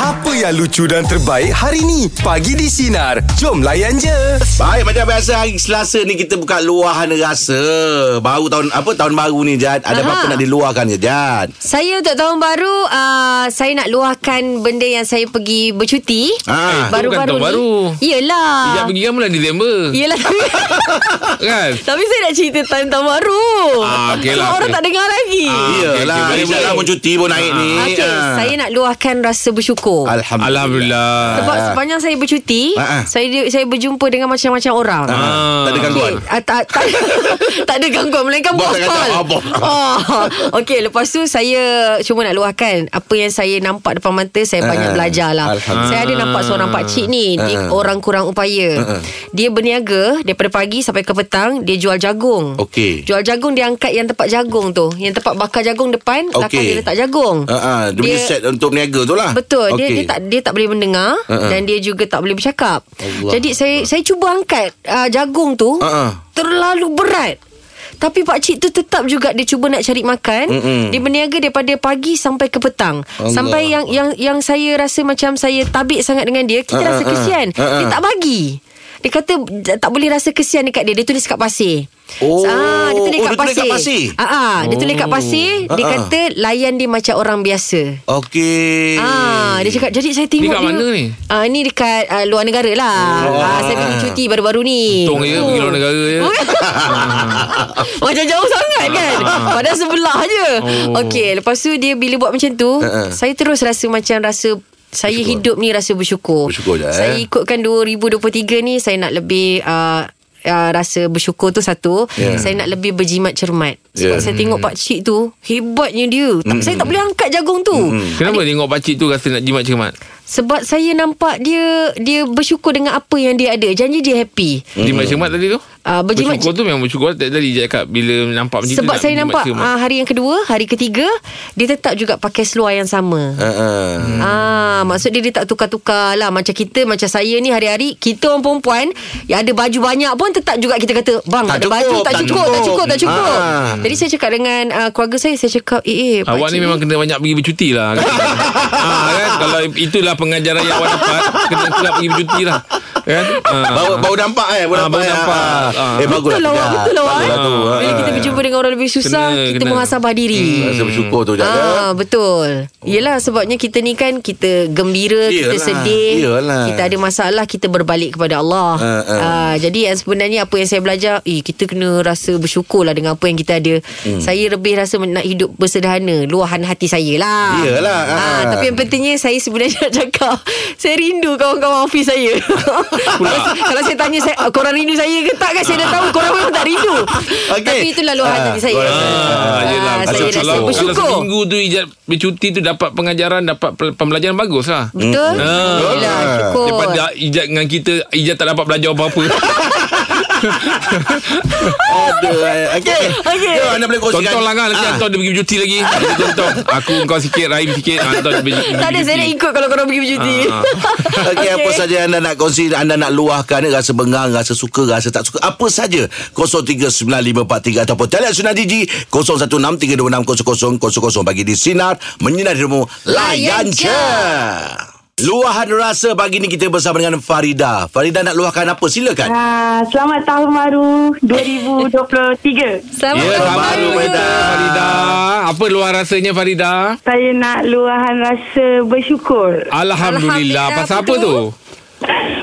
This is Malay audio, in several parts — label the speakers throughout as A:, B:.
A: Apa yang lucu dan terbaik hari ni? Pagi di Sinar. Jom layan je.
B: Baik macam biasa hari Selasa ni kita buka luahan rasa. Baru tahun apa tahun baru ni Jad. Ada
C: Aha.
B: apa-apa nak diluahkan ke Jad?
C: Saya untuk tahun baru uh, Saya nak luahkan Benda yang saya pergi bercuti
B: Ha.
D: Ba- bukan tahun Ah, baru.
C: Yelah
D: Ijab pergi kan bulan Disember
C: Yelah tapi,
D: Kan
C: tapi saya nak cerita time tahun baru
D: Ah, okey
C: Sebab
D: lah,
C: orang
D: okey.
C: tak dengar lagi
D: Ah, okey, okey,
B: Iyalah,
D: boleh,
B: Izzat
D: boleh.
B: lah pun cuti pun naik ni.
C: Okey,
B: Ah.
C: saya nak luahkan rasa bersyukur
B: Alhamdulillah.
D: Alhamdulillah
C: Sebab sepanjang saya bercuti
B: Ah, ah.
C: Saya saya berjumpa dengan macam-macam orang
B: Ah, Tak ada gangguan.
C: Okey, ah, tak, tak, tak ada gangguan Melainkan
B: Bos
C: bos
B: tak kata,
C: call
B: ah, bos.
C: oh. Okey lepas tu saya Cuma nak luahkan Apa yang saya nampak depan mata Saya banyak
B: Ah,
C: belajar lah
B: Alhamdulillah.
C: Saya ada nampak seorang pakcik ni Dia
B: Ah.
C: orang kurang upaya Dia berniaga Daripada pagi sampai ke petang Dia jual jagung
B: Okey.
C: Jual jagung dia angkat yang tempat jagung tu Yang tempat bakar jagung depan okay. Belakang
B: Okey.
C: dia letak jagung
B: Ha ah, dia punya set untuk berniaga tu lah.
C: Betul dia
B: Okey.
C: dia tak dia tak boleh mendengar
B: Uh-uh.
C: uh-uh. dan dia juga tak boleh bercakap.
B: Allah.
C: Jadi saya saya cuba angkat uh, jagung tu
B: Uh-uh.
C: terlalu berat. Tapi pak cik tu tetap juga dia cuba nak cari makan.
B: Mm-mm.
C: Dia berniaga daripada pagi sampai ke petang.
B: Allah.
C: Sampai yang yang yang saya rasa macam saya tabik sangat dengan dia, kita
B: Uh-uh,
C: rasa
B: uh-uh.
C: kesian.
B: Uh-uh.
C: Dia tak bagi. Dia kata tak boleh rasa kesian dekat dia. Dia tulis kat pasir.
B: Oh.
C: ah, dia tulis
B: Oh,
C: kat
B: dia tulis kat
C: pasir.
B: pasir?
C: Ah, ah, dia tulis kat pasir. Dia
B: Uh-uh.
C: kata layan dia macam orang biasa.
B: Okey.
C: Ah, dia cakap jadi saya tengok
D: Dekat mana ni?
C: Ah, ni dekat ah, luar negara lah.
B: Oh.
C: Oh. Ah, saya pergi cuti baru-baru ni.
D: Untung je pergi luar negara je
C: Bukan. Macam jauh sangat kan Padahal sebelah je
D: Ah. Oh.
C: Okey Lepas tu dia bila buat macam tu
B: Ha-ha.
C: Saya terus rasa macam rasa Saya
B: Bersyukur.
C: hidup ni rasa bersyukur
B: Bersyukur je, eh.
C: Saya ikutkan 2023 ni Saya nak lebih uh, Uh, rasa bersyukur tu satu
B: Yeah.
C: yeah. Saya nak lebih berjimat cermat Sebab
B: Yeah.
C: yeah. saya
D: Hmm.
C: tengok pakcik tu Hebatnya dia
B: Hmm.
C: tak, Saya tak boleh angkat jagung tu
D: Kenapa tengok pakcik tu rasa nak jimat cermat?
C: sebab saya nampak dia dia bersyukur dengan apa yang dia ada. Janji dia happy.
D: Jimat cermat tadi tu?
C: Ah, berjimat-
D: Bersyukur tu memang bersyukur Tadi tadi je cakap Bila nampak macam tu
C: Sebab
D: nak
C: saya
D: jimat
C: nampak
D: cermat.
C: uh, hari yang kedua, hari ketiga, dia tetap juga pakai seluar yang sama.
B: Ha ah.
D: Hmm.
C: Ah, maksud dia dia tak tukar-tukar lah Macam kita, macam saya ni hari-hari Kita orang perempuan Yang ada baju banyak pun Tetap juga kita kata Bang
B: Tak
C: tak ada
B: cukup,
C: baju tak,
B: tak
C: cukup, tak cukup, tak
B: cukup."
C: cukup
B: Ah.
C: Jadi saya cakap dengan uh, keluarga saya Saya cakap, eh eh
D: Ah,
C: pakcik
D: Awak ni memang kena banyak pergi bercuti lah kan? ah, kan? Kalau itulah pengajaran yang awak dapat Kena kena pergi bercuti lah Kan? Ah.
B: Baru, baru nampak eh Baru
D: Ah,
B: nampak,
D: baru
B: eh.
D: nampak.
B: Ah. Eh
D: Ah.
B: bagus
C: Betul lah awak, betul lah awak
B: Bagus
C: eh.
B: tu Ah.
C: Bila kita berjumpa dengan orang lebih susah
D: Kena,
C: Kita
D: kena. Hmm,
C: muhasabah diri
B: Rasa bersyukur tu Jad eh.
C: Ah betul. Yelah sebabnya kita ni kan kita gembira,
B: Iyalah,
C: kita sedih,
B: iyalah.
C: kita ada masalah, kita berbalik kepada Allah.
B: Ah, ah.
C: Ah, jadi yang sebenarnya apa yang saya belajar, eh kita kena rasa bersyukur lah dengan apa yang kita ada.
B: Hmm.
C: Saya lebih rasa men- nak hidup bersederhana, luahan hati saya lah.
B: Iyalah, ah.
C: Ah, tapi yang pentingnya saya sebenarnya nak cakap, saya rindu kawan-kawan office saya. kalau, kalau saya tanya saya, "Ah, korang rindu saya ke tak kan saya dah tahu korang memang tak rindu.
B: Okey.
C: Tapi itulah luahan
B: Ah,
C: hati saya.
B: luahan hati.
D: Ah, yelah,
C: Ah, saya
D: kalau,
C: rasa
D: kalau,
C: bersyukur.
D: kalau seminggu tu ijat bercuti tu dapat pengajaran, dapat pel- pembelajaran bagus lah.
C: Betul?
D: Ah.
C: Alhamdulillah, syukur.
D: Daripada ijat dengan kita, ijat tak dapat belajar apa-apa.
B: Ada eh. Okey
C: Okey.
B: Jom, Anda boleh kongsikan
D: Tonton lah kan, nanti
B: Ah.
D: Anton dia pergi bercuti lagi. Nanti Tonton, aku kau sikit, Rahim sikit, Anton dia pergi
C: Tak ada, saya nak ikut kalau korang pergi bercuti.
D: Ah, ah.
B: Okey, okay. apa saja yang anda nak kongsi, anda nak luahkan rasa bengang, rasa suka, rasa tak suka, apa saja. 039543 ataupun talian Sunan Gigi 0163260000 bagi di sinar menyinari hidupmu. Layan je. Luahan rasa pagi ni kita bersama dengan Farida. Farida nak luahkan apa? Silakan.
E: Ah, selamat tahun baru 2023.
C: Selamat
D: Ya,
C: tahun
D: tahun baru
C: baru.
D: Farida. Farida. Apa luar rasanya Farida?
E: Saya nak luahan rasa bersyukur.
C: Alhamdulillah,
D: Alhamdulillah. Pasal apa
C: apa
D: tu?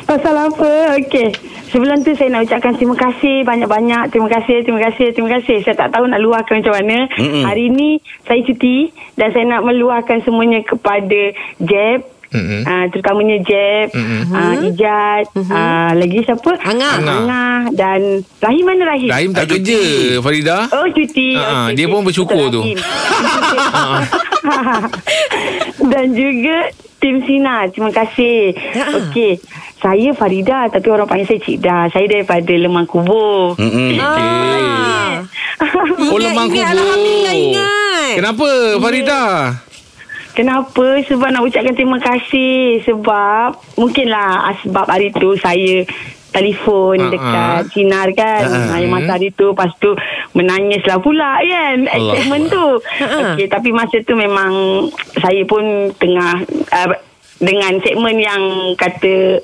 E: Pasal apa? Okey. Sebelum tu saya nak ucapkan terima kasih banyak-banyak. Terima kasih, terima kasih, terima kasih. Saya tak tahu nak luahkan macam mana. Mm-mm. Hari ni saya cuti dan saya nak meluahkan semuanya kepada Jeb.
D: Mm-mm.
E: Uh, terutamanya Jeb, uh, Ijat, uh, lagi siapa?
C: Angah.
D: Angah.
E: Angah dan Rahim mana Rahim?
D: Rahim tak kerja, Farida.
E: Oh cuti
D: Ah,
E: Okey,
D: dia
E: okey.
D: pun bersyukur tu.
E: Betul, Hakim. Dan juga Tim Sina Terima kasih
C: Ya.
E: Okey Saya Farida Tapi orang panggil saya Cik Dah Saya daripada Lemang Kubur
C: Ah,
B: Mm-mm.
D: Ah, Okey. Oh,
C: Ingat,
D: lemang
C: ingat,
D: kubur.
C: Alhamdulillah, ingat.
D: Kenapa Farida?
E: Kenapa? Sebab nak ucapkan terima kasih Sebab Mungkinlah ah, Sebab hari tu saya telefon
D: Ah,
E: uh-huh. dekat
D: ah.
E: Sinar kan uh-huh. yang masa hari tu lepas tu menangislah pula kan
D: Allah.
C: Ah,
E: segmen tu uh-huh. okay, tapi masa tu memang saya pun tengah uh, dengan segmen yang kata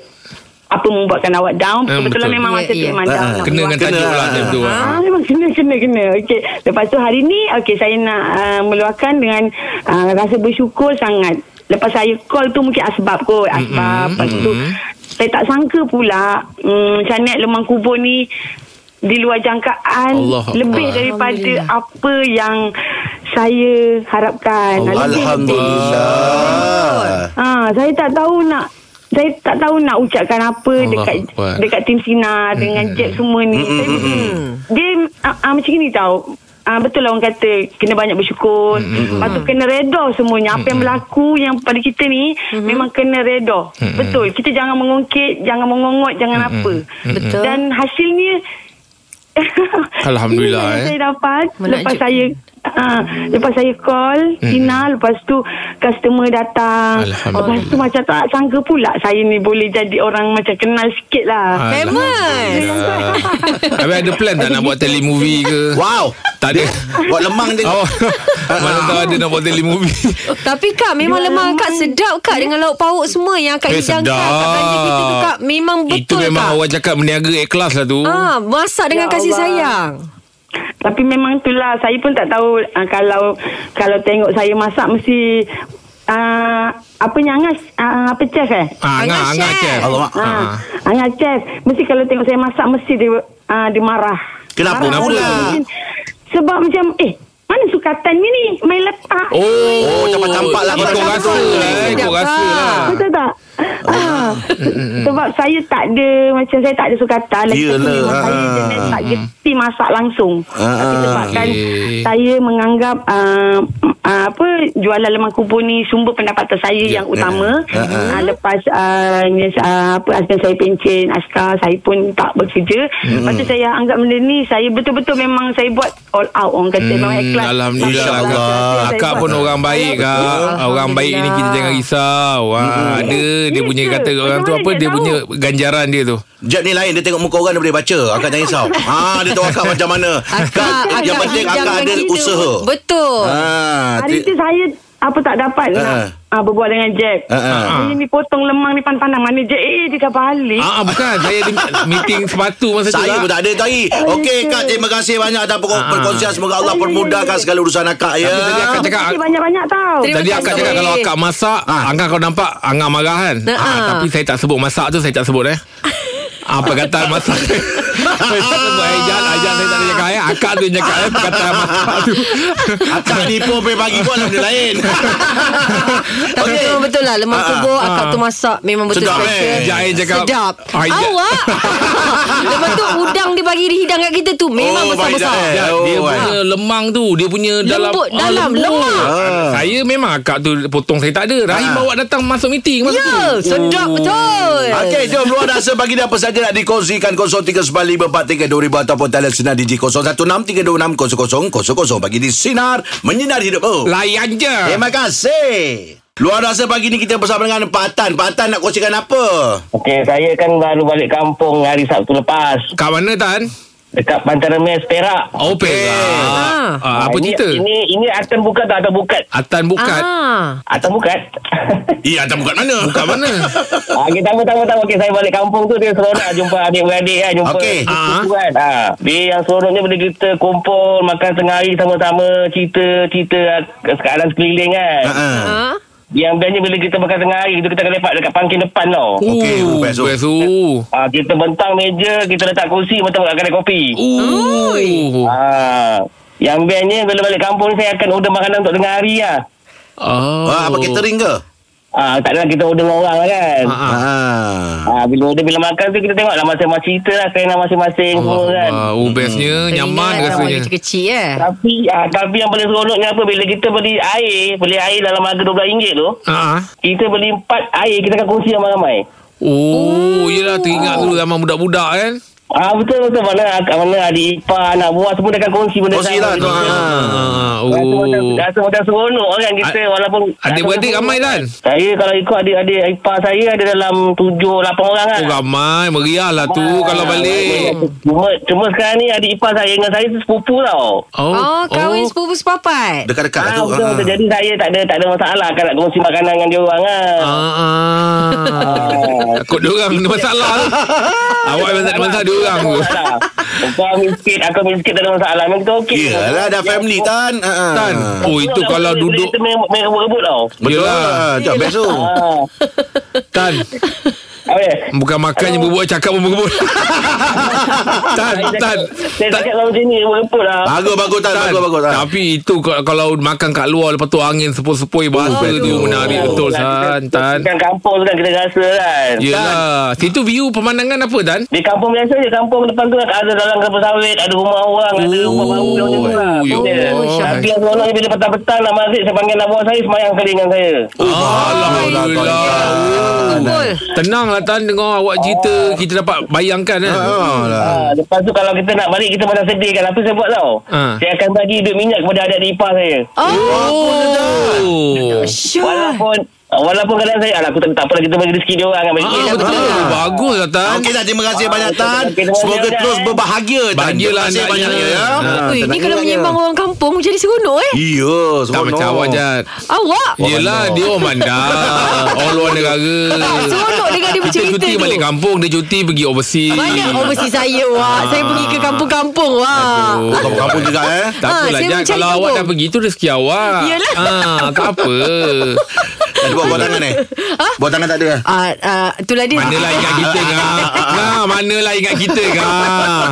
E: apa membuatkan awak down
D: Hmm,
E: hmm,
D: betul.
E: betul memang
C: Ya,
E: masa
C: ya.
E: tu memang
B: Ah,
E: down
B: ah.
E: nak
D: Kena dengan
E: meluahkan.
D: tajuk
B: Kena.
D: lah macam tu. ha.
E: Ah, memang kena kena kena. Okey. Lepas tu hari ni okey saya nak uh, meluahkan dengan uh, rasa bersyukur sangat. Lepas saya call tu mungkin asbab kot, asbab. Mm-hmm. Lepas tu saya tak sangka pula um, Canet Lemang Kubur ni di luar jangkaan
D: Allah
E: lebih
D: Akbar.
E: daripada
C: Alhamdulillah.
E: apa yang saya harapkan.
B: Allah.
E: Lebih-
B: Alhamdulillah.
E: Ah, saya tak tahu nak saya tak tahu nak ucapkan apa
D: Allah
E: dekat
D: Akbar.
E: dekat tim Sina dengan Jeb semua ni. Saya, Dia ah, ah, macam ni tau. Ah betul lah orang kata kena banyak bersyukur. Lepas tu kena reda semuanya. Apa yang berlaku yang pada kita ni memang kena reda. Betul. Kita jangan mengungkit, jangan mengongot, jangan apa.
C: Betul.
E: Dan hasilnya
D: Alhamdulillah,
E: Inilah yang
D: eh.
E: Saya dapat lepas
C: Menakjubkan.
E: saya Ah, lepas saya call hmm. Sina lepas tu customer datang
D: Alhamdulillah.
E: Ah, lepas tu macam tak sangka pula saya ni boleh jadi orang macam kenal sikit
C: Ah,
E: lah
C: Famous.
D: Alhamdulillah. Habis ada plan tak nak buat telemovie ke?
B: Wow.
D: Tak ada.
B: Buat lemang dia.
D: Oh, mana tahu ada nak buat telemovie.
C: Tapi Kak memang
E: Jual
C: lemah
E: lemang.
C: Kak sedap Kak dengan lauk pauk semua yang Kak
D: Ya. Eh,
C: hidangkan Kak belanja kita tu Kak memang betul
D: Itu memang
C: Kak.
D: awak cakap meniaga ikhlas lah tu.
C: Ah, masak dengan
E: Ya
C: kasih
E: Allah.
C: sayang.
E: tapi memang itulah saya pun tak tahu ah, kalau kalau tengok saya masak mesti ah, apa yang angas ah, apa chef eh
C: Angah
D: Ah, angah, angah,
C: chef.
D: chef.
B: Allah mak.
E: ah. angas chef mesti kalau tengok saya masak mesti dia ah, dia marah
B: Kenapa
D: Kenapa?
B: pula?
E: sebab macam eh mana sukatan ni ni main letak
D: Oh,
B: Oh, campak-campak lah.
D: Ikut
B: Campak-campak.
D: rasa lah. eh, Ikut
C: Sedap,
D: rasa
C: Kak.
D: lah.
E: Betul tak? Ah.
B: Mm,
E: Sebab saya tak ada Macam saya tak ada sukatan Lagi satu
B: Yelah.
E: memang Saya
B: Ah.
E: jenis tak geti masak langsung
B: Ah.
E: Tapi sebabkan
D: Okey.
E: Saya menganggap uh, uh, Apa Jualan lemang kubur ni Sumber pendapatan saya yang utama
B: Ah, ah.
E: Ah, Lepas uh, yes, ah, Apa Husband saya pencen Askar Saya pun tak bekerja Lepas tu saya anggap benda ni Saya betul-betul memang Saya buat all out Orang
B: Mm,
E: kata memang
D: Hmm,
E: ikhlas
D: Alhamdulillah
E: Masya
D: lah
E: Allah.
D: Kak.
E: Saya
D: Akak
E: buat.
D: pun orang baik kak Orang baik ni kita jangan risau ha, Ada dia
E: Ya
D: punya
E: ke?
D: kata orang tu
E: Macam mana
D: apa
E: dia
D: Dia
E: tahu?
D: punya ganjaran dia tu
B: Jeb ni lain Dia tengok muka orang Dia boleh baca Akak jangan risau ha, Dia tahu akak macam mana Kan,
C: Akak,
B: Yang
C: akak
B: penting akak
C: hidangkan
B: ada
C: kita.
B: usaha
C: Betul.
B: ha,
E: Hari tu saya apa tak dapat
B: Ha,
E: nak ah, berbual dengan Jack.
B: Ha, ha.
E: Saya ni potong lemang ni pandang mana Jack. Eh, dia dah balik.
D: Ah ah, bukan Saya ada meeting sepatu masa tu
B: Saya
D: lah
B: pun tak ada tadi Okey Kak Terima kasih banyak Atas
D: Ah.
B: per- perkongsian Semoga Allah
E: Ah, ya,
B: permudahkan
E: ya, ya.
B: Segala urusan akak ya
D: Tapi tadi akak
E: Terima
D: cakap-
E: kasih banyak-banyak tau.
C: Terima
D: Tadi akak
C: kasih.
D: cakap kalau akak masak
B: Ah.
D: Angah kau nampak Angah marah kan
C: Ha,
D: Ah,
C: ah.
D: Tapi saya tak sebut masak tu Saya tak sebut eh Ah, perkataan masak Saya tak sebut Ajan Ajan saya tak ada cakap eh Akak tu yang cakap eh Perkataan masak tu
B: Akak ni pun Pergi pagi pun Ada benda lain
C: Tapi
B: Okey.
C: memang betul lah
D: Ah,
C: Lemang kubur Akak tu masak Memang betul
B: Sedap, eh?
D: Sekejap
C: special
D: saya cakap
C: Sedap
D: Ah, Ajan-
C: Awak Lepas tu udang dia bagi Hidang kat kita tu Memang
B: Oh, baik
C: besar-besar
B: dah,
D: Dia,
B: Oh,
D: dia
B: wah.
D: punya lemang tu Dia punya dalam
C: Lembut,
D: Ah,
C: dalam, lemak.
D: Ah. Saya memang akak tu Potong saya tak ada Rahim
B: Ah.
D: bawa datang Masuk meeting masa tu Oh.
C: Ya Sedap betul
B: Okey, jom luar rasa bagi dia apa saja nak dikongsikan 0395432000 ataupun talian sinar di 0163260000 bagi di sinar Oh. menyinari hidupmu.
D: Layan je
B: Terima kasih. Luar rasa pagi ni kita bersama dengan Pak Tan. Pak Tan nak kongsikan apa?
F: Okey, saya kan baru balik kampung hari Sabtu lepas
D: Kat mana Tan?
F: dekat Pantai Remes Perak.
D: Oh okay.
C: Ah.
D: ah, Apa
F: ini,
D: cerita?
F: Ini ini Atan bukan tak Atan bukan.
D: Atan bukan
C: ah.
F: Atan bukan.
B: Iya, tak bukan mana.
D: Kat mana?
F: ah, okay, sama sama sama. Okey, saya balik kampung tu dia seronok jumpa adik-beradik kan, jumpa
B: Okey.
F: cucu-cucu kan. Ha. Dia yang seronoknya bila kita kumpul makan tengah hari sama-sama cerita-cerita ah, keadaan sekeliling kan.
B: Ha.
C: Ah.
F: Yang biasanya bila kita makan tengah hari tu kita akan lepak dekat pangkin depan tau.
B: Okey,
D: Uh,
B: best tu.
D: Best tu
F: Ah, kita bentang meja, kita letak kursi macam kat kedai kopi.
D: Uh.
F: Ah, yang bestnya bila balik kampung ni, saya akan order makanan untuk tengah hari lah.
D: Oh.
B: Wah, apa catering ke?
F: Ah, tak adalah kita order dengan orang lah kan.
D: Ah, ah.
B: Ha.
F: Ah, bila order, bila makan tu kita tengok lah masing-masing cerita lah kena masing-masing semua kan.
D: Allah. Oh, bestnya nyaman
C: Teringat awak
D: rasanya.
C: Kecil-kecil eh
F: Tapi ah, tapi yang paling seronoknya apa bila kita beli air, beli air dalam harga RM12 tu,
D: Ah. ah.
F: kita beli 4 air kita akan kongsi ramai-ramai.
D: Oh, yelah teringat dulu zaman budak-budak kan.
F: Ah betul betul mana mana adik ipar anak buah semua dia akan kongsi benda
B: Kongsi lah tu. Ha.
D: Ah,
F: Rasa macam,
D: oh.
F: rasa macam seronok kan kita
D: A-
F: walaupun
D: adik-beradik
F: rasa
D: ramai,
F: macam
D: Lan?
F: Saya kalau ikut adik-adik ipar saya ada dalam 7 8 orang kan.
D: Oh, ramai meriah lah tu kalau balik.
F: Cuma cuma sekarang ni adik ipar saya dengan saya tu sepupu tau.
D: Oh,
C: Oh kahwin sepupu sepapat
B: Dekat-dekat lah
F: Ah,
B: tu.
F: betul,
B: Ha.
F: betul. Jadi saya tak ada tak ada masalah kan nak kongsi makanan dengan dia orang Ah. kan.
D: Ah, ah. Takut diorang ada masalah tu. Awak memang tak ada masalah diorang tu.
F: Masalah. lah. Kau ambil sikit Aku ambil sikit Tak ada masalah Memang kita okey lah.
B: Yelah dah family Tan Ah.
D: Tan. Oh itu kalau duduk
F: Kita main main rebut tau
B: Betul lah
D: Yelah.
B: Jom besok
F: Ah.
D: Tan.
F: Apa dia?
D: Bukan makannya berbual cakap pun berbual. Tan,
F: Saya
D: Tan.
F: cakap- Saya
D: Tan.
F: cakap kalau macam ni Rebut lah
B: Bagus bagus Tan
D: Tan.
B: Bagus bagus Tan
D: Tapi itu kalau, kalau makan kat luar Lepas tu angin sepoi-sepoi Bahasa
B: betul.
D: tu menarik betul Tan Tan
F: Kan kampung tu kan kita rasa kan
D: Yelah Situ view pemandangan apa Tan?
F: Di kampung biasa je Kampung depan tu kan, ada dalam kelapa sawit Ada rumah orang Ada rumah baru yang macam tu lah
D: Oh, ya
F: Betul.
D: Allah.
F: Tapi yang seronoknya Bila petang-petang nak maghrib Saya panggil abang saya Semayang kali dengan saya
D: Alhamdulillah
C: Betul.
D: Tenanglah Tan Dengar awak cerita Kita dapat bayangkan kan
F: Ah, Lepas tu kalau kita nak balik Kita macam sedih kan Apa saya buat tau
D: Ah.
F: Saya akan bagi duit minyak Kepada adik di ipar saya
D: Oh
C: Syah.
F: Walaupun ah, Walaupun kadang saya Alah aku tak, tak apalah Kita bagi rezeki dia orang kan bagi
D: Ah,
F: duit.
D: betul Bagus lah Tan
B: Okey Tan terima kasih banyak Tan
F: Okey, terima kasih,
B: Semoga
F: Tan.
B: terus berbahagia Tan
D: Bahagialah
B: Terima kasih
D: anaknya.
B: banyaknya ya
D: Ah,
C: Ui, ni
B: tenang
C: kalau
B: juga.
C: menyembang orang kampung jadi seronok eh.
B: Iya
D: Tak macam awak Jad
C: Awak.
D: Yelah
B: Orang
D: dia orang bandar Orang luar negara
C: Seronok dengar dia
D: Kita
C: bercerita
D: cuti
C: tu.
D: balik kampung Dia cuti pergi overseas
C: Banyak overseas saya wah. Saya pergi ke kampung-kampung wah.
D: Oh,
B: Kamu juga eh
D: Tak
C: Ah,
D: apalah
C: saya
D: Jad
C: mencari
D: Kalau awak
C: kampung.
D: dah pergi tu rezeki awak
C: Yelah.
D: ah, Tak apa
B: Ada buat buat tangan eh Buat tangan tak ada eh
C: Ah, ah, itulah dia. Ah,
D: Manalah lah ingat kita ngah Ngah manalah lah ingat kita ngah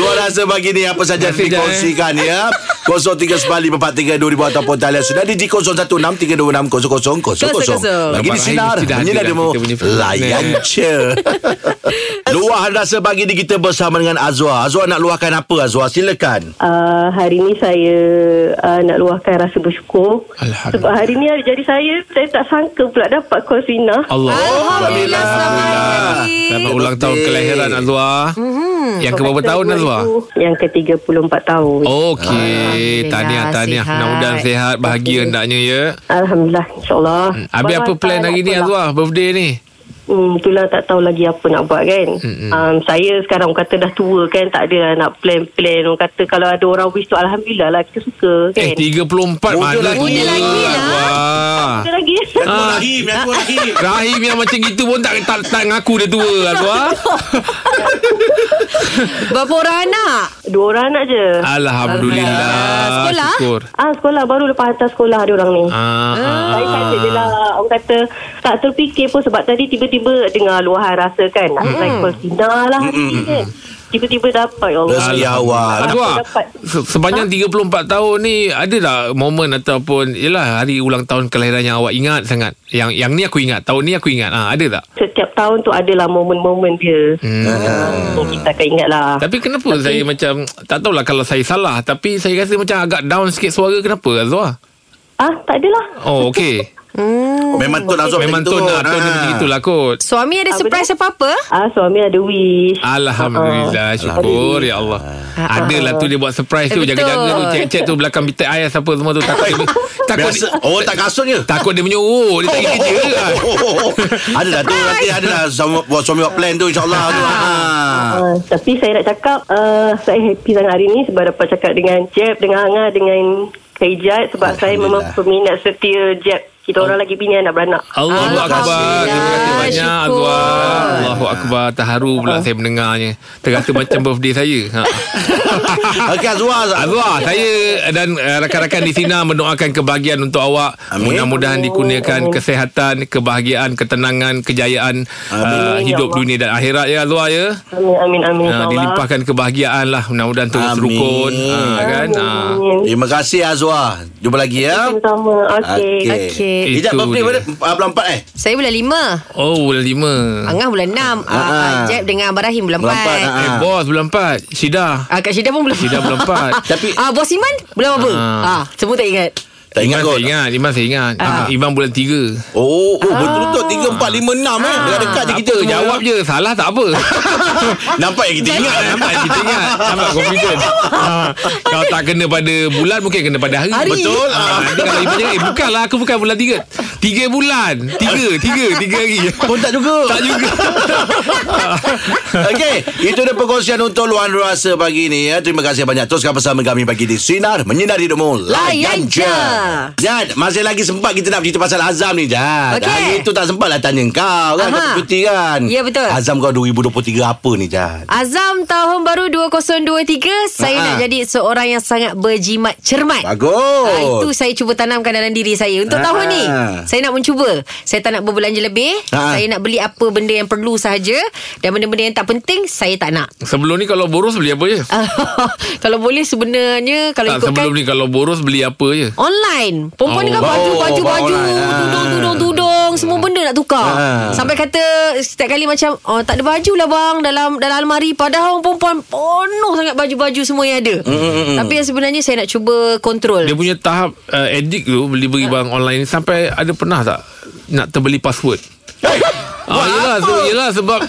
B: Luar rasa bagi ni Apa saja yang
D: Terima kasih, Jan,
B: dikongsikan ya 0395432000 Ataupun talian sudah di 0163260000 Bagi di
D: Nampak
B: sinar
D: hari mesti dah
B: Menyinari
D: ada dah
B: demo
D: lah kita punya plan.
B: Layan ce Luahan rasa pagi ni kita bersama dengan Azwa Azwa nak luahkan apa Azwa silakan
G: Uh, hari ni saya uh, nak luahkan rasa bersyukur
D: Alhamdulillah.
G: sebab hari ni hari jadi saya saya tak sangka pula dapat call Rina
D: Allah
C: Alhamdulillah selamat hari.
D: Selamat ulang tahun kelahiran Azwa Yang ke berapa tahun Azwa?
G: yang ke-34 tahun
D: Oh. Okey, tahniah tahniah.
C: sihat.
D: Mudah-mudahan sihat, bahagia hendaknya ya.
G: Alhamdulillah InsyaAllah
D: Hmm. Habis apa
G: Abang
D: plan
G: tak
D: hari
G: nak
D: ni
G: apa lah.
D: Azwa? Birthday ni.
G: hmm, Itulah tak tahu lagi apa nak buat kan hmm, um, Saya sekarang orang kata dah tua kan Tak ada lah nak plan-plan Orang kata kalau ada orang wish tu Alhamdulillah lah Kita suka
D: Eh
G: kan
B: Muda
D: 34 mana
B: lagi.
D: tua,
C: Muda lagi lah.
D: Azwa.
G: Ada lagi
D: Ah.
B: Rahim Rahim Rahim
D: Rahim yang macam gitu pun tak tak, tak ngaku dia tua Azwa.
C: Berapa orang anak?
G: Dua orang anak je
D: Ah. Alhamdulillah.
C: Sekolah?
D: Syukur.
G: Ah sekolah baru lepas hantar sekolah ada orang ni
D: Ah, ah.
G: Saya excited je lah Orang kata Tak terfikir pun Sebab tadi tiba-tiba Dengar luahan rasa kan Nak mm. call Sina lah hati kan Tiba-tiba dapat ya Allah
B: Rezeki awal
D: Azwa,
G: dapat.
D: se- ah. sepanjang 34 tahun ni ada tak momen ataupun yalah hari ulang tahun kelahiran yang awak ingat sangat? Yang yang ni aku ingat, tahun ni aku ingat. Ah, ada tak?
G: Setiap tahun tu adalah momen-momen dia
D: Mm.
G: hmm.
D: Ah.
G: Kita akan ingat lah
D: Tapi kenapa tapi, saya macam Tak tahulah kalau saya salah Tapi saya rasa macam agak down sikit suara Kenapa Azwa?
G: Ah tak adalah
D: Oh okey
B: Memang tu Azwa
D: Memang
B: macam
D: tone lah Tone dia
B: Ah.
D: macam itulah kot
C: Suami ada surprise apa-apa?
G: Ah suami ada wish
D: Ah. Alhamdulillah Syukur Ya Allah Adalah tu dia buat
C: Eh,
D: surprise tu Jaga-jaga tu
C: betul.
D: Cek-cek tu belakang bitek ayas Apa semua tu Takut dia, takut,
B: Biasa
D: dia,
B: Orang tak kasut je Oh,
D: takut dia menyuruh Dia tak pergi kerja kan
B: Ada lah tu nanti ada lah suami buat suami buat plan tu insyaallah tu. Ha.
G: Ah, tapi saya nak cakap uh, Saya happy sangat hari ni Sebab dapat cakap dengan Jeb Dengan Angah Dengan Kaijat Sebab saya memang peminat setia Jeb Kita orang lagi bini anak-beranak
D: Allahu Akbar Terima kasih
C: Alhamdulillah,
D: banyak
C: syukur.
D: Azwa Allahu Akbar Terharu pula saya mendengarnya Terasa macam birthday saya ha.
B: Okey Azwa. Azwa.
D: Azwar, saya dan uh, rakan-rakan di Sina mendoakan kebahagiaan untuk awak.
B: Amin.
D: Mudah-mudahan dikurniakan kesihatan, kebahagiaan, ketenangan, kejayaan uh,
G: Amin,
D: hidup
G: ya Allah. Oh,
D: dunia dan akhirat ya Azwar ya.
G: Amin amin amin
D: Uh,
G: insyaAllah.
D: dilimpahkan kebahagiaan lah Mudah-mudahan terus
B: Amin.
D: rukun uh, kan? Uh.
G: Amin.
B: Terima kasih Azwa. Jumpa lagi ya.
G: Sama-sama. Okey.
B: Okey.
C: Okey.
B: Ijat
D: Itu
B: birthday
D: dia.
B: pada ah, bulan 4 eh.
C: Saya bulan lima
D: Oh bulan lima
C: Angah bulan enam ah, ah,
B: ah.
C: Jeb dengan Abang Rahim bulan
B: Bulan empat,
C: empat
B: ah.
D: Eh bos bulan empat Syida
C: ah, Kak Syida pun bulan
D: Syida bulan empat.
B: Tapi-
C: ah, Bos Iman bulan apa ah.
D: Ah.
C: ah, Semua tak ingat
B: Tak ingat
D: Iman
B: kot.
D: saya ingat Iman saya ingat uh. Iman bulan tiga
B: Oh, oh
C: Ah.
B: betul-betul 3 4 5 6 eh. Dekat-dekat je
D: Tak
B: kita
D: apa jawab je Salah tak apa
B: Nampak yang kita ingat
D: Ingat
B: eh.
D: nampak kita ingat Nampak confident ha, Kalau tak kena pada bulan Mungkin kena pada hari,
C: Hari.
D: Betul ha, nanti Kalau ibu cakap Eh bukanlah aku bukan bulan tiga Tiga bulan Tiga Tiga Tiga hari
B: Pun tak juga.
D: Tak juga
B: Okey, itu dia perkongsian untuk luahan rasa pagi ni ya. Terima kasih banyak. Teruskan bersama kami bagi di Sinar Menyinari Hidupmu. Layan je. Jad, masih lagi sempat kita nak cerita pasal Azam ni, Jad.
C: Okey.
B: Hari tu tak sempat lah tanya kau kan.
C: Aha.
B: Kau tak cuti kan.
C: Ya, betul.
B: Azam kau 2023 apa ni, Jad?
C: Azam tahun baru 2023 Saya
B: Ha.
C: nak jadi seorang yang sangat berjimat cermat
B: Bagus.
C: Ha, itu saya cuba tanamkan dalam diri saya Untuk
B: Ha.
C: tahun ni Saya nak mencuba Saya tak nak berbelanja lebih
B: Ha.
C: Saya nak beli apa benda yang perlu sahaja Dan benda-benda yang tak penting Saya tak nak
D: Sebelum ni kalau boros beli apa je?
C: Kalau boleh sebenarnya Kalau
D: Tak
C: ikutkan
D: sebelum ni kalau boros beli apa je?
C: Online Perempuan ni
D: Oh,
C: kan
B: bawa-
C: baju Baju
B: bawa
C: baju
B: online. Ah.
C: Tudung-tudung-tudung Semua benda nak tukar
B: Ah.
C: Sampai kata Setiap kali macam oh, Tak ada baju lah bang Dalam dalam almari Padahal orang perempuan Penuh sangat baju-baju semua yang ada Tapi yang sebenarnya Saya nak cuba kontrol
D: Dia punya tahap uh, edik tu beli beli barang online ni, sampai ada pernah tak nak terbeli password? Ah, yelah, se- yelah sebab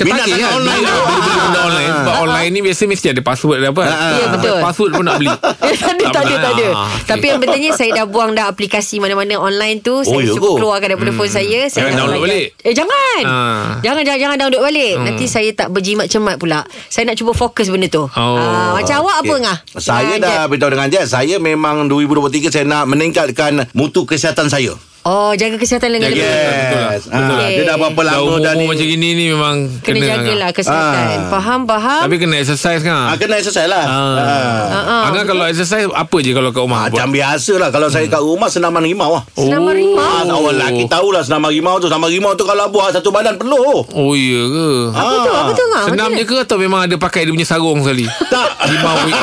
B: Minat sangat
D: Ketagih kan
B: online
D: Beli-
B: tu.
D: Beli-beli benda online Sebab online ni Biasa mesti ada password ada apa kan?
B: Ah.
C: Ya, betul. Eh,
D: Password pun nak beli
C: tak ada, tak ada, tak ada.
D: Ah, okey.
C: Tapi yang pentingnya saya dah buang dah aplikasi mana-mana online tu. Saya
B: ya
C: cuba
B: ke?
C: keluarkan daripada phone saya. saya nak
D: Jangan Hmm. download
C: belajar.
D: balik. Hmm.
C: Eh, jangan.
D: Ha.
C: Jangan, jangan, jangan download balik. Nanti saya tak berjimat cemat pula. Saya nak cuba fokus benda tu.
D: Oh.
C: Ah, macam awak apa, Ngah?
B: Saya
C: Ah,
B: dah
C: Jeb.
B: beritahu dengan Jad Saya memang 2023 Saya nak meningkatkan Mutu kesihatan saya
C: Oh, jaga kesihatan dengan
D: Jaga.
C: lebih.
D: betul lah.
B: Ah,
D: Betul
C: lah.
B: Dia dah berapa
D: Dah
B: lama dah ni
D: umur-umur macam gini ni Memang
C: Kena, jagalah kesihatan.
B: Ah.
C: Faham, faham.
D: Tapi kena exercise
B: ah,
D: kan
B: Kena exercise lah ah.
C: Ah,
D: Angah kalau exercise Apa je kalau kat rumah
B: Macam
D: buat?
B: biasa lah Kalau saya kat rumah Senaman rimau lah
C: Senam harimau.
B: Ah, oh. Awal lelaki tahulah Senaman rimau tu Senaman rimau tu Kalau buat satu badan penuh
D: Oh iya ke
B: Ah,
C: Apa tu, apa tu, Ngah? Ah,
D: Senam
C: Macam
D: je
C: mana?
D: ke Atau memang ada pakai Dia punya sarung sekali
B: Tak
D: Rimau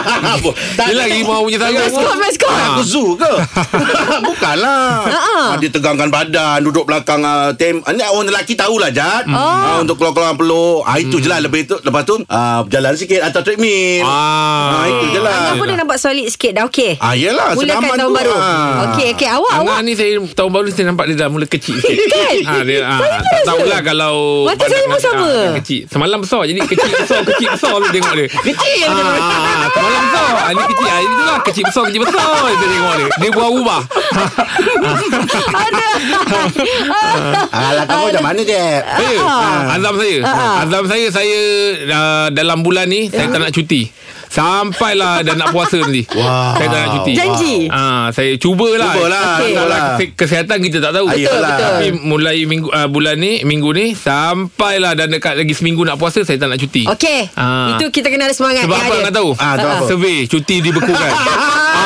B: Tak,
D: Yelah
B: tak.
D: rimau punya
C: Mascot,
D: sarung
C: mascot.
D: Ah.
B: Aku zoo ke? Bukanlah.
C: Ha-ha.
B: Ah, Dia tegangkan badan, duduk belakang uh, tem. Ini orang lelaki tahulah, Jad. Ah, untuk keluar-keluar peluk. Ah, itu je lah. Lebih tu, lepas tu, ah, berjalan sikit atau treadmill. Ah,
D: Ah,
B: itu je lah.
C: Angah pun dah nampak solid sikit dah okey.
B: Ah, yelah.
C: Mulakan
B: senaman
C: tahun
B: tu,
C: baru.
B: ah.
C: Okey, okey. Awak, awak.
D: Angah ni saya tahun baru ni saya nampak dia dah mula kecil sikit.
C: Kan?
D: Ha, dia, ha, tak tahulah kalau...
C: Mata
D: badan
C: saya pun
D: dengan-
C: sama.
D: ah, dia kecil. Semalam besar jadi kecil besar, kecil besar tu tengok dia. Kecil yang ha, ha, Semalam besar. Ha, ni kecil. Ha, ini tu lah. Kecil besar, kecil besar. Kita tengok dia. Dia buat ubah.
C: Ada.
B: Alah, kamu macam mana, Jad?
D: Saya,
B: Ah.
D: azam saya. Azam saya, saya ah, dalam bulan ni,
B: Eh?
D: saya tak nak cuti. Sampailah dah nak puasa nanti.
B: Wow.
D: Saya tak nak cuti.
C: Janji.
D: Ah, saya cubalah.
B: Cubalah,
D: Okay.
B: cubalah.
D: Kesihatan kita tak tahu.
B: Betul, Ayolah. betul.
D: Tapi mulai minggu uh, bulan ni, minggu ni sampailah dan dekat lagi seminggu nak puasa saya tak nak cuti.
C: Okey.
D: Ah.
C: Itu kita kena ada semangat
D: Sebab
C: yang
D: apa
C: ada. Ah,
D: nak tahu? Ah,
B: Ah, tahu apa?
D: Survey cuti kan? dibekukan.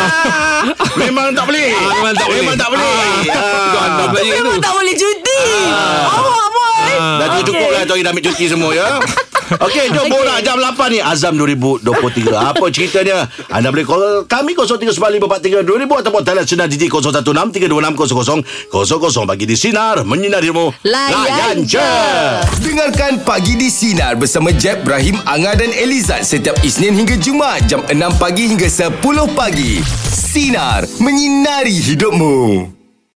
B: Memang tak boleh.
D: Ah, memang tak boleh.
B: Memang tak boleh.
D: Ah. Itu azam saya tu. Ah.
C: Memang tak boleh cuti. Awak boy.
B: Dah tu cukup lah tu hari dah ambil cuti semua ya. Okey, jom borak jam 8 ni Azam 2023. Apa ceritanya? Anda boleh call kami 0395432000 ataupun talian sinar DJ 0163260000 bagi di sinar menyinari mu.
C: Layan je.
A: Dengarkan Pagi di Sinar bersama Jeb, Ibrahim, Anga dan Elizad setiap Isnin hingga Jumaat jam 6 pagi hingga 10 pagi. Sinar, menyinari hidupmu.